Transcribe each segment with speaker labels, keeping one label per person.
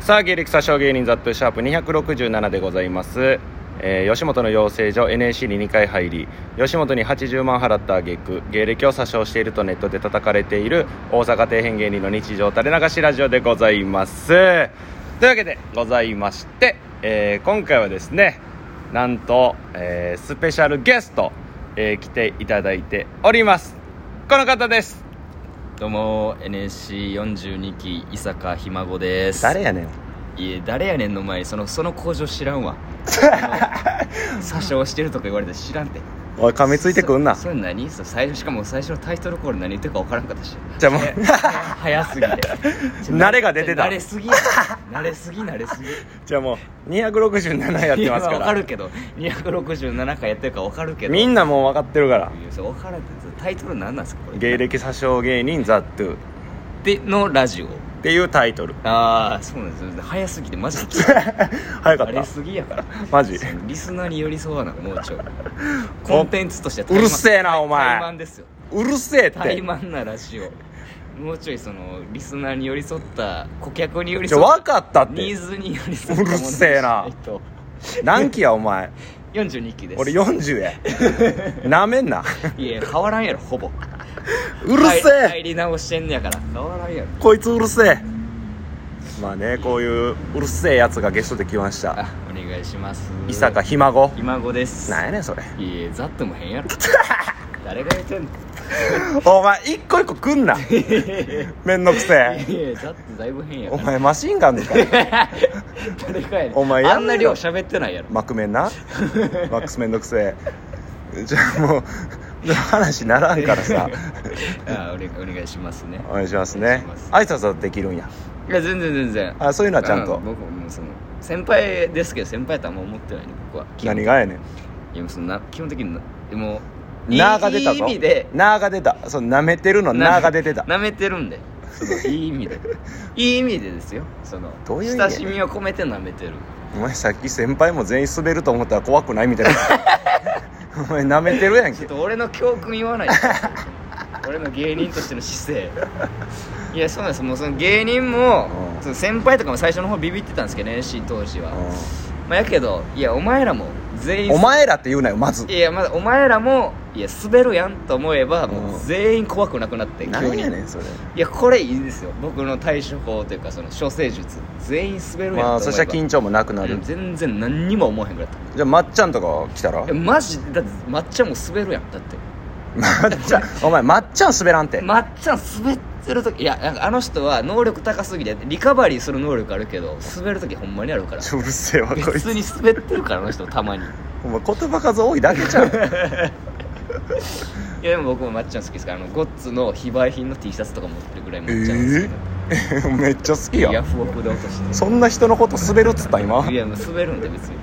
Speaker 1: さあ芸歴詐称芸人ザットシャープ267でございます、えー吉本の養成所 NAC に2回入り吉本に80万払った挙句芸歴を詐称しているとネットで叩かれている大阪底辺芸人の日常垂れ流しラジオでございますというわけでございまして、えー今回はですねなんと、えースペシャルゲスト、えー来ていただいておりますこの方です
Speaker 2: どうも NSC42 期伊坂ひ孫です
Speaker 1: やねん
Speaker 2: いえ誰やねんの前にそのその工場知 らんわあの詐称してるとか言われて知らんて
Speaker 1: おい噛み
Speaker 2: そそれ何そ最初しかも最初のタイトルコール何言ってるか分からんかっ たし
Speaker 1: じゃあもう
Speaker 2: はや早すぎてちょ
Speaker 1: 慣れが出てた
Speaker 2: 慣れす ぎや慣れすぎ慣れすぎ
Speaker 1: じゃあもう267やってますか
Speaker 2: いや分からるけど267回やってるか分かるけど
Speaker 1: みんなもう分かってるから
Speaker 2: いやそれ分からんってタイトル何なんですかこれ
Speaker 1: 芸歴詐称芸人ザ・トゥ
Speaker 2: でのラジオ
Speaker 1: っていうタイトル
Speaker 2: ああそうなんですよ早すぎてマジで聞いて
Speaker 1: 早かっ
Speaker 2: あ
Speaker 1: た
Speaker 2: れすぎやから
Speaker 1: マジ
Speaker 2: そのリスナーに寄り添わなもう ちょいコンテンツとして
Speaker 1: うるせえなお前
Speaker 2: 怠慢ですよ
Speaker 1: うるせえっ
Speaker 2: 怠
Speaker 1: て
Speaker 2: 慢なラジオもうちょいそのリスナーに寄り添った顧客に寄り
Speaker 1: じゃ
Speaker 2: 添
Speaker 1: 分
Speaker 2: っ
Speaker 1: かった
Speaker 2: た
Speaker 1: っ
Speaker 2: ニ
Speaker 1: て
Speaker 2: ーズに寄り添ったもの
Speaker 1: うる
Speaker 2: に
Speaker 1: せえな
Speaker 2: しいと
Speaker 1: 何期やお前
Speaker 2: 42期です
Speaker 1: 俺40や なめんない
Speaker 2: や変わらんやろほぼう
Speaker 1: うるせ
Speaker 2: 入
Speaker 1: え
Speaker 2: り直してんねやから変わらんやろ
Speaker 1: こいつうるせえまあねこういううるせえやつがゲストで来ました
Speaker 2: あお願いします
Speaker 1: 伊坂ひ孫
Speaker 2: ひ孫です
Speaker 1: なんやねんそ れ
Speaker 2: いやザッとも 変やろ誰が言ってんの
Speaker 1: お前一個一個来ん なめんどくせえ
Speaker 2: いやザッとだいぶ変やか
Speaker 1: お
Speaker 2: ら
Speaker 1: 前マシンガンですか
Speaker 2: 誰かやねん
Speaker 1: お前や
Speaker 2: あ
Speaker 1: ん
Speaker 2: ん
Speaker 1: なよ
Speaker 2: な量喋って ないやろ
Speaker 1: マクメンな マックスめんどくせえじゃあもう話ならんからさ
Speaker 2: あおれお願いしますね
Speaker 1: お願いしますね
Speaker 2: お願いし
Speaker 1: 挨
Speaker 2: ま
Speaker 1: 拶はできるんや
Speaker 2: いや全然全然
Speaker 1: あそういうのはちゃんと
Speaker 2: 僕もうその先輩ですけど先輩とはあんま思ってないね僕は
Speaker 1: 何がやね
Speaker 2: いやもうそんな基本的になでも
Speaker 1: ん「な」が出た
Speaker 2: いい
Speaker 1: ぞ
Speaker 2: 意味で
Speaker 1: 「な」が出たそうなめてるの「な」が出てた
Speaker 2: なめてるんでそのいい意味でいい意味でですよその
Speaker 1: どういう意味や
Speaker 2: 親しみを込めてなめてる
Speaker 1: お前さっき先輩も全員滑ると思ったら怖くないみたいな お前なめてるやん
Speaker 2: ちょ
Speaker 1: け
Speaker 2: っと俺の教訓言わ ないで俺の芸人としての姿勢いやそうなんですもうその芸人も
Speaker 1: うん
Speaker 2: その先輩とかも最初の方ビビってたんですけど NSC 当時は、
Speaker 1: う
Speaker 2: まあ、やけどいやお前らも全
Speaker 1: ん
Speaker 2: 員
Speaker 1: お前らって言うなよまず
Speaker 2: いやまだお前らもいや滑るやんと思えばも
Speaker 1: うん
Speaker 2: う全員怖くなくなって急
Speaker 1: 何
Speaker 2: に
Speaker 1: やねんそれ
Speaker 2: いやこれいいですよ僕の対処法というかその処世術全員滑るやんと思えば、
Speaker 1: まあそしたら緊張もなくな
Speaker 2: う
Speaker 1: る
Speaker 2: ん全然何にも思わへんくなった
Speaker 1: じゃあまっちゃんとか来たら
Speaker 2: えマジだって抹茶も滑るやん だって
Speaker 1: まっちゃんお前まっちゃん滑らんて
Speaker 2: まっちゃん滑ってる時いやなんかあの人は能力高すぎてリカバリーする能力あるけど滑る時ほんまにあるから
Speaker 1: ちょうるせえわこいつ
Speaker 2: 別に滑ってるからあの人たまにい
Speaker 1: お前言葉数多いだけ じゃん
Speaker 2: やでも僕もまっちゃん好きですからあのゴッツの非売品の T シャツとか持ってるぐらいまっちゃん 好
Speaker 1: めっちゃ好
Speaker 2: き
Speaker 1: き
Speaker 2: で、ヤ
Speaker 1: や
Speaker 2: フオクで落として
Speaker 1: そんな人のこと滑るっつった今
Speaker 2: いやもう滑るんで別に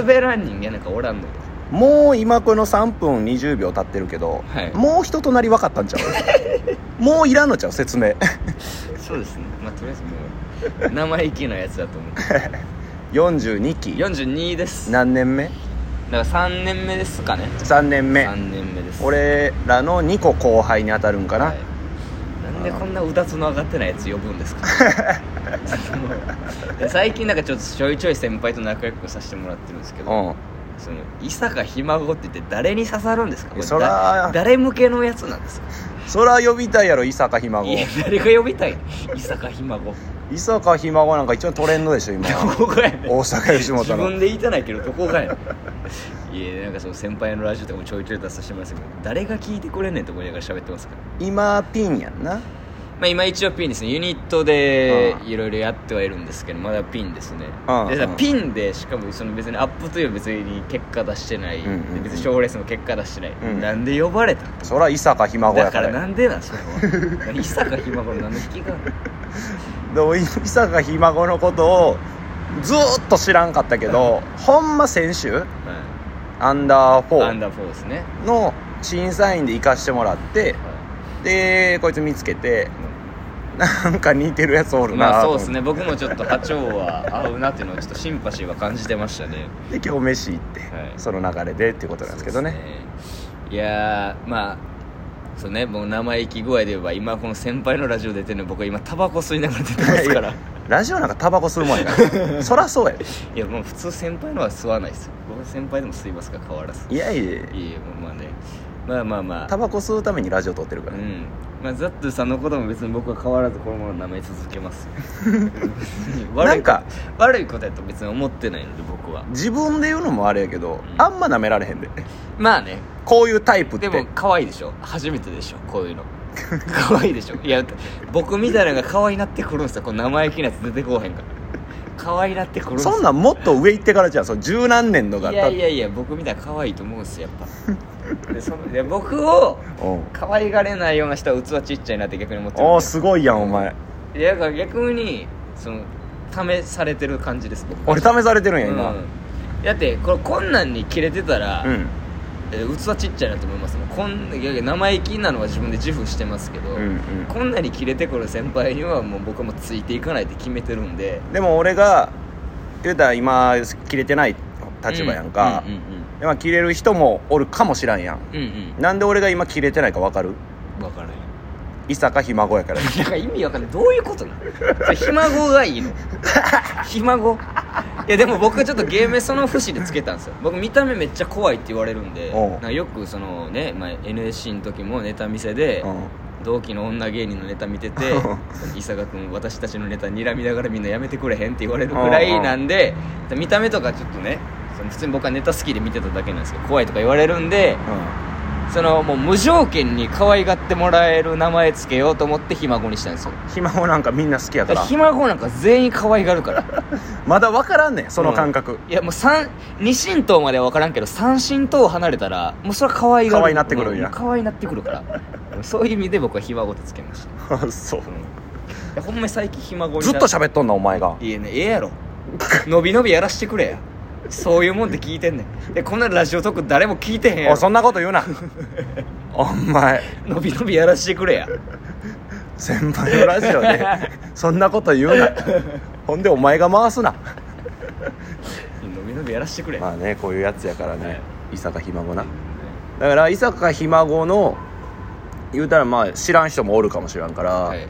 Speaker 2: 滑らん人間なんかおらんのよ
Speaker 1: もう今この3分20秒経ってるけど、
Speaker 2: はい
Speaker 1: もう人となり分かったんちゃ うもういらんのちゃう説明
Speaker 2: そうですねまあとりあえずもう生意気なやつだと思う
Speaker 1: 42期
Speaker 2: 42ですだか
Speaker 1: 何年目
Speaker 2: ら3年目ですかね
Speaker 1: 3年目
Speaker 2: 3年目です
Speaker 1: 俺らの2個後輩に当たるんかな、
Speaker 2: はいなんでこんなうだつの上がってないやつ呼ぶんです かで最近なんかちょっとちょいちょい先輩と仲良くさせてもらってるんですけどその伊坂ひ孫って言って誰に刺さるんですかこれ
Speaker 1: そら
Speaker 2: だ誰向けのやつなんですか
Speaker 1: うんそら呼びたいやろ伊坂ひ孫
Speaker 2: いや誰が呼びたい伊坂ひ孫ど
Speaker 1: 伊坂ひ孫なんか一応トレンドでしょ今
Speaker 2: こがやねん
Speaker 1: 大阪吉
Speaker 2: 自
Speaker 1: 本の
Speaker 2: 分で言いたないけどどこがやねんいやなんかその先輩のラジオとかもちょいちょい出させてもらいますけど誰が聞いてくれんねんと思いながら喋ってますから
Speaker 1: 今ピンやんな
Speaker 2: まあ、今一応ピンですねユニットで
Speaker 1: うん
Speaker 2: いろいろやってはいるんですけどまだピンですね
Speaker 1: うん
Speaker 2: で
Speaker 1: うん
Speaker 2: ピンでしかもその別にアップという別に結果出してない、
Speaker 1: うんうんうん
Speaker 2: で別に賞レースも結果出してない、
Speaker 1: うん
Speaker 2: なんで呼ばれたの
Speaker 1: そら伊坂ひ孫や
Speaker 2: だか
Speaker 1: から
Speaker 2: ら
Speaker 1: や
Speaker 2: なんでなんそれ は伊坂ひまごの何の引きがある
Speaker 1: でも伊坂ひ孫のことをずーっと知らんかったけどほんま先週アンダーフ
Speaker 2: アン
Speaker 1: ォ
Speaker 2: ダーフォーですね、
Speaker 1: ーの審査員で行かしてもらってでこいつ見つけてなんか似てるやつおるな
Speaker 2: ま
Speaker 1: と
Speaker 2: あそう
Speaker 1: 思っ
Speaker 2: です
Speaker 1: て
Speaker 2: ね僕もちょっと波長は合うなっていうのをちょっとシンパシーは感じてましたね
Speaker 1: で今日飯行って、
Speaker 2: はい
Speaker 1: その流れでっていうことなんですけどね
Speaker 2: そうですねいやーまあそうねもう生意気具合で言えば今この先輩のラジオ出てるの僕今タバコ吸いながら出てますから
Speaker 1: ラジオなんかタバコ吸うもんやから そらそうやで
Speaker 2: いやもう普通先輩のは吸わないですよ僕は先輩でも吸いますから変わらず
Speaker 1: いやいや
Speaker 2: いやもうまあねまあまあま
Speaker 1: タ
Speaker 2: あ
Speaker 1: バコ吸うためにラジオ撮ってるか
Speaker 2: う
Speaker 1: ら、
Speaker 2: んまあザットゥさんのことも別に僕は変わらずこのまま舐め続 けますよ悪
Speaker 1: な
Speaker 2: い
Speaker 1: んか
Speaker 2: 悪いことやと別に思ってないので僕は
Speaker 1: 自分で言うのもあれやけど、
Speaker 2: うん
Speaker 1: あんま舐められへんで
Speaker 2: まあね
Speaker 1: こういうタイプっ
Speaker 2: で
Speaker 1: て
Speaker 2: も可愛いでしょ初めてでしょこういうの 可愛いでしょいや僕みたいなのが可愛いなってくるんですよこう生意気なやつ出てこうへんから可愛いなってくるんですよ
Speaker 1: そんなんもっと上行ってからじゃんその十何年とか
Speaker 2: い
Speaker 1: 経っ
Speaker 2: や
Speaker 1: て
Speaker 2: いやいや僕みたいな可愛いと思うんですよやっ ぱでそので僕を
Speaker 1: うん
Speaker 2: 可愛がれないような人は器ちっちゃいなって逆に思ってるん
Speaker 1: おー
Speaker 2: です
Speaker 1: ごいやんお前
Speaker 2: いやだから逆にその試されてる感じです僕
Speaker 1: 俺試されてるんや
Speaker 2: う
Speaker 1: 今
Speaker 2: んだってこれこんなんにキレてたら、
Speaker 1: うん
Speaker 2: えー器ちっちゃいなと思いますもんこんいやいや生意気なのは自分で自負してますけど、
Speaker 1: うんうん
Speaker 2: こんなにキレてくる先輩にはもう僕はもうついていかないって決めてるんで
Speaker 1: でも俺が言うたら今切れてない立場やんか、
Speaker 2: うんうん
Speaker 1: でまあ切れる人もおるかもしらんやん
Speaker 2: うんうん
Speaker 1: なんで俺が今切れてないか分かる
Speaker 2: うん 分からない
Speaker 1: 伊坂ひ孫やから
Speaker 2: なんか意味わかんないどういうことなのそれひ孫が いいのひ孫いやでも僕ちょっと芸名その節でつけたんですよ僕見た目めっちゃ怖いって言われるんで
Speaker 1: おう
Speaker 2: なんかよくそのね、まあ、NSC の時もネタ見せで、
Speaker 1: う
Speaker 2: 同期の女芸人のネタ見て て伊坂君私たちのネタ睨みながらみんなやめてくれへんって言われるぐらいなんで見た目とかちょっとねその普通に僕はネタ好きで見てただけなんですけど怖いとか言われるんで
Speaker 1: ん
Speaker 2: そのもう無条件に可愛がってもらえる名前つけようと思ってひ孫にしたんですよ
Speaker 1: ひ孫なんかみんな好きやか
Speaker 2: だから
Speaker 1: ら
Speaker 2: ひ孫なんか全員可愛がるから
Speaker 1: まだ分からんねんその感覚、
Speaker 2: いやもう三二神党までは分からんけど三神党離れたらもうそれは可愛がる
Speaker 1: 可愛いなってくるんや
Speaker 2: うん可愛いなってくるからそういう意味で僕はひ孫ってつけました
Speaker 1: そう
Speaker 2: いやほんまに最近ひ孫にな
Speaker 1: ずっと喋っとんなお前が
Speaker 2: いやねええやろのびのびやらしてくれやそういうもんって聞いてんねんでこんなラジオトーク誰も聞いてへんや
Speaker 1: おい
Speaker 2: ろ
Speaker 1: そんなこと言う なお前
Speaker 2: のびのびやらしてくれや
Speaker 1: 先輩のラジオ でそんなこと言うなほんでお前が回すな
Speaker 2: のびのびやらしてくれ、
Speaker 1: まあねこういうやつやからね、
Speaker 2: はい
Speaker 1: 伊坂ひ孫なだから伊坂ひ孫の言うたらまあ知らん人もおるかもしらんから,、
Speaker 2: はい
Speaker 1: だか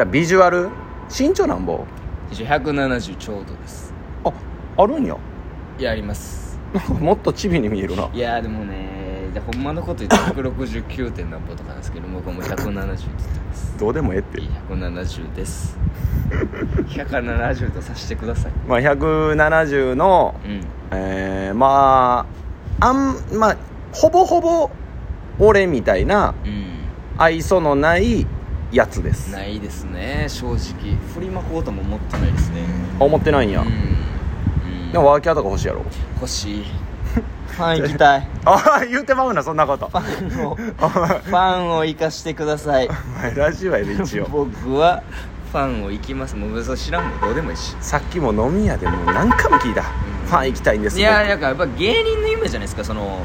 Speaker 1: らビジュアル身長なんぼ
Speaker 2: 一応170ちょうどです
Speaker 1: ああるんや
Speaker 2: いやあります
Speaker 1: なんかもっとチビに見えるない
Speaker 2: やでもねじゃあほんまのこと言って169点何歩とかなんですけど僕はもう170って言ってます
Speaker 1: どうでもええって
Speaker 2: いや170です170とさしてください
Speaker 1: まあ170の
Speaker 2: うん
Speaker 1: えー、まああんまあほぼほぼ俺みたいな
Speaker 2: うん
Speaker 1: 愛想のないやつです
Speaker 2: ないですね正直振りまこうとも思ってないですね
Speaker 1: あ思ってないん
Speaker 2: う
Speaker 1: や、
Speaker 2: ん、うん、
Speaker 1: でもワーキャーとか欲しいやろ
Speaker 2: 欲しいファン行きたい
Speaker 1: ああ言うてまうなそんなこと
Speaker 2: ファンをフ
Speaker 1: お前
Speaker 2: ァンを生かしてください
Speaker 1: お前ラジオやで一応
Speaker 2: 僕はファンを行きますもう別に知らんもんどうでもいいし
Speaker 1: さっきも飲み屋でもう何回も聞いた、ファン行きたいんです
Speaker 2: いや
Speaker 1: 僕
Speaker 2: だからやっぱ芸人の夢じゃないですかその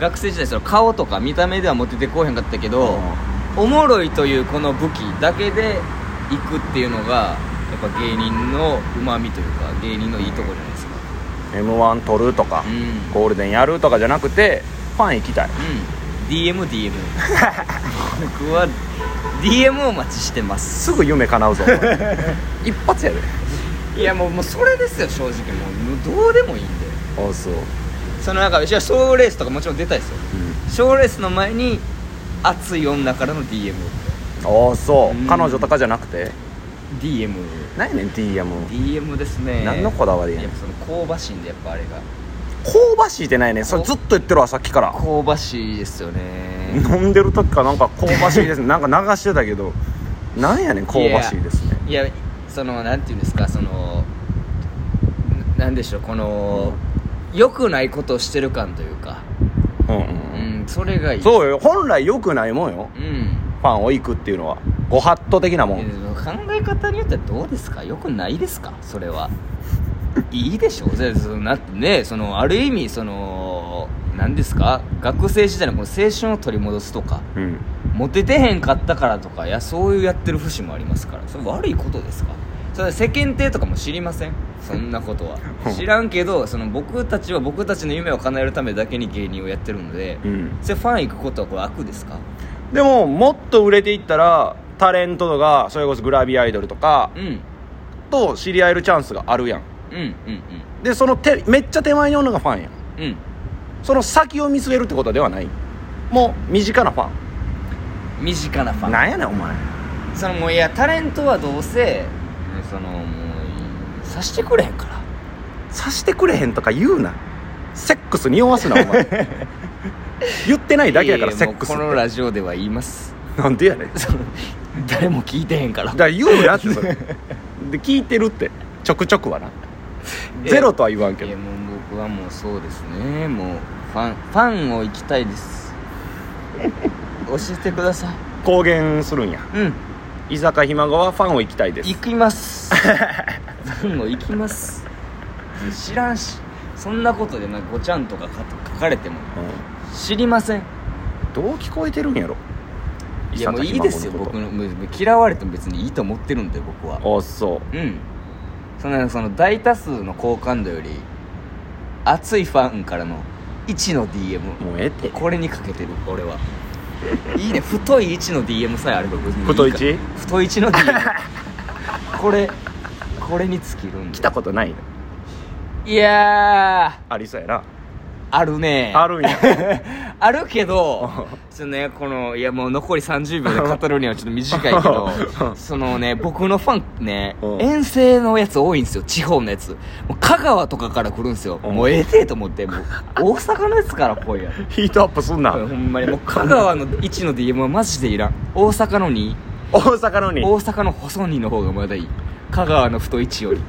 Speaker 2: 学生時代その顔とか見た目ではモテてこうへんかったけど、おもろいというこの武器だけで行くっていうのがやっぱ芸人のうまみというか芸人のいいとこじゃないですか
Speaker 1: m 1取るとか、
Speaker 2: うん
Speaker 1: ゴールデンやるとかじゃなくてファン行きたい
Speaker 2: うん DMDM 僕は DM をお待ちしてます
Speaker 1: すぐ夢叶うぞお前 一発やで
Speaker 2: いやもうもうそれですよ正直もうもうどうでもいいんで
Speaker 1: あそう、
Speaker 2: そのなんかいや賞レースとかもちろん出たいですよ賞レースの前に熱い女からの DMDM
Speaker 1: あそう、
Speaker 2: うん
Speaker 1: 彼女とかじゃなくて
Speaker 2: DM
Speaker 1: 何やねん DM
Speaker 2: DM ですね
Speaker 1: 何のこだわりや
Speaker 2: や
Speaker 1: ね
Speaker 2: っ
Speaker 1: ん
Speaker 2: ぱその香ばしいんでやっぱあれが
Speaker 1: 香ばしいってないねんそれずっと言ってるわさっきから
Speaker 2: 香ばしいですよね
Speaker 1: 飲んでる時からなんか香ばしいですねなんか流してたけどなんやねん香ばしいですね
Speaker 2: いやそのなんていうんですかそのななんでしょうこの良、くないことをしてる感というか
Speaker 1: うんうん
Speaker 2: う
Speaker 1: うん
Speaker 2: んそれがいい
Speaker 1: そうよ本来良くないもんよ
Speaker 2: うん
Speaker 1: ファンを行くっていうのはご法度的なも
Speaker 2: いや
Speaker 1: ん
Speaker 2: でも考え方によってはどうですかよくないですかそれは いいでしょでそのなってねそのある意味その何ですか学生時代のこの青春を取り戻すとか
Speaker 1: うん
Speaker 2: モテてへんかったからとかいやそういうやってる節もありますからそれ悪いことですかそれ世間体とかも知りませんそんなことは知らんけどその僕たちは僕たちの夢を叶えるためだけに芸人をやってるので
Speaker 1: うん
Speaker 2: それファン行くことはこれ悪ですか
Speaker 1: でももっと売れていったらタレントとかそれこそグラビアアイドルとか
Speaker 2: うん
Speaker 1: と知り合えるチャンスがあるやん
Speaker 2: うんうん
Speaker 1: でその手めっちゃ手前におるのがファンやん
Speaker 2: うんうん
Speaker 1: その先を見据えるってことではないもう身近なファン
Speaker 2: 身近なファン
Speaker 1: なんやねんお前
Speaker 2: そのもういやタレントはどうせそのもうさしてくれへんから
Speaker 1: さしてくれへんとか言うなセックス匂わすなお 前言ってない だけやから
Speaker 2: い
Speaker 1: セ
Speaker 2: やいや
Speaker 1: ックスっ
Speaker 2: もう
Speaker 1: て
Speaker 2: このラジオでは言います
Speaker 1: なんでやねんだか
Speaker 2: その誰も聞いてへんから
Speaker 1: ら言うなってそれ で聞いてるってちょくちょくはなゼロとは言わんけ
Speaker 2: いや
Speaker 1: ど
Speaker 2: もう僕はもうそうですねもうファンファンを行きたいです 教えてください
Speaker 1: 公言するんや
Speaker 2: うん
Speaker 1: 居酒ひまごはファンを行きたいです
Speaker 2: 行きま すファンを行きます知らんしそんなことでなんかごちゃんとかか書かれても
Speaker 1: う
Speaker 2: 知りません
Speaker 1: んどう聞こえてるんやろ
Speaker 2: いやもういいですよ僕のもうもう嫌われても別にいいと思ってるんで僕は
Speaker 1: のあそう
Speaker 2: うんそんなその大多数の好感度より熱いファンからの1の DM
Speaker 1: もうええって
Speaker 2: これにかけてる俺はいいね太い位置の DM さえあれば別にいいか
Speaker 1: 太い位置
Speaker 2: 太い位置 の DM これこれに尽きるんで
Speaker 1: 来たことない
Speaker 2: いや
Speaker 1: ありそうやな
Speaker 2: ーあるね
Speaker 1: あるんや
Speaker 2: あるけどそのねこのいやもう残り30秒で語るにはちょっと短いけどそのね僕のファンね
Speaker 1: うん
Speaker 2: 遠征のやつ多いんですよ地方のやつもう香川とかから来るんですよ
Speaker 1: うん
Speaker 2: もうええてと思ってもう大阪のやつから来いや
Speaker 1: ヒートアップすんな
Speaker 2: ほんまにもう香川の1の DM はマジでいらん大阪の2
Speaker 1: 大阪のに
Speaker 2: 大阪の細2の方がまだいい香川の太1より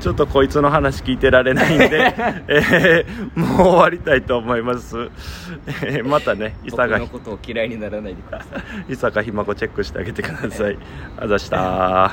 Speaker 1: ちょっとこいつの話聞いてられないん で、えーもう終わりたいと思います、えーまたね伊
Speaker 2: 僕
Speaker 1: 坂
Speaker 2: のことを嫌いにならないでください
Speaker 1: 伊坂ひまこチェックしてあげてくださいあざしたー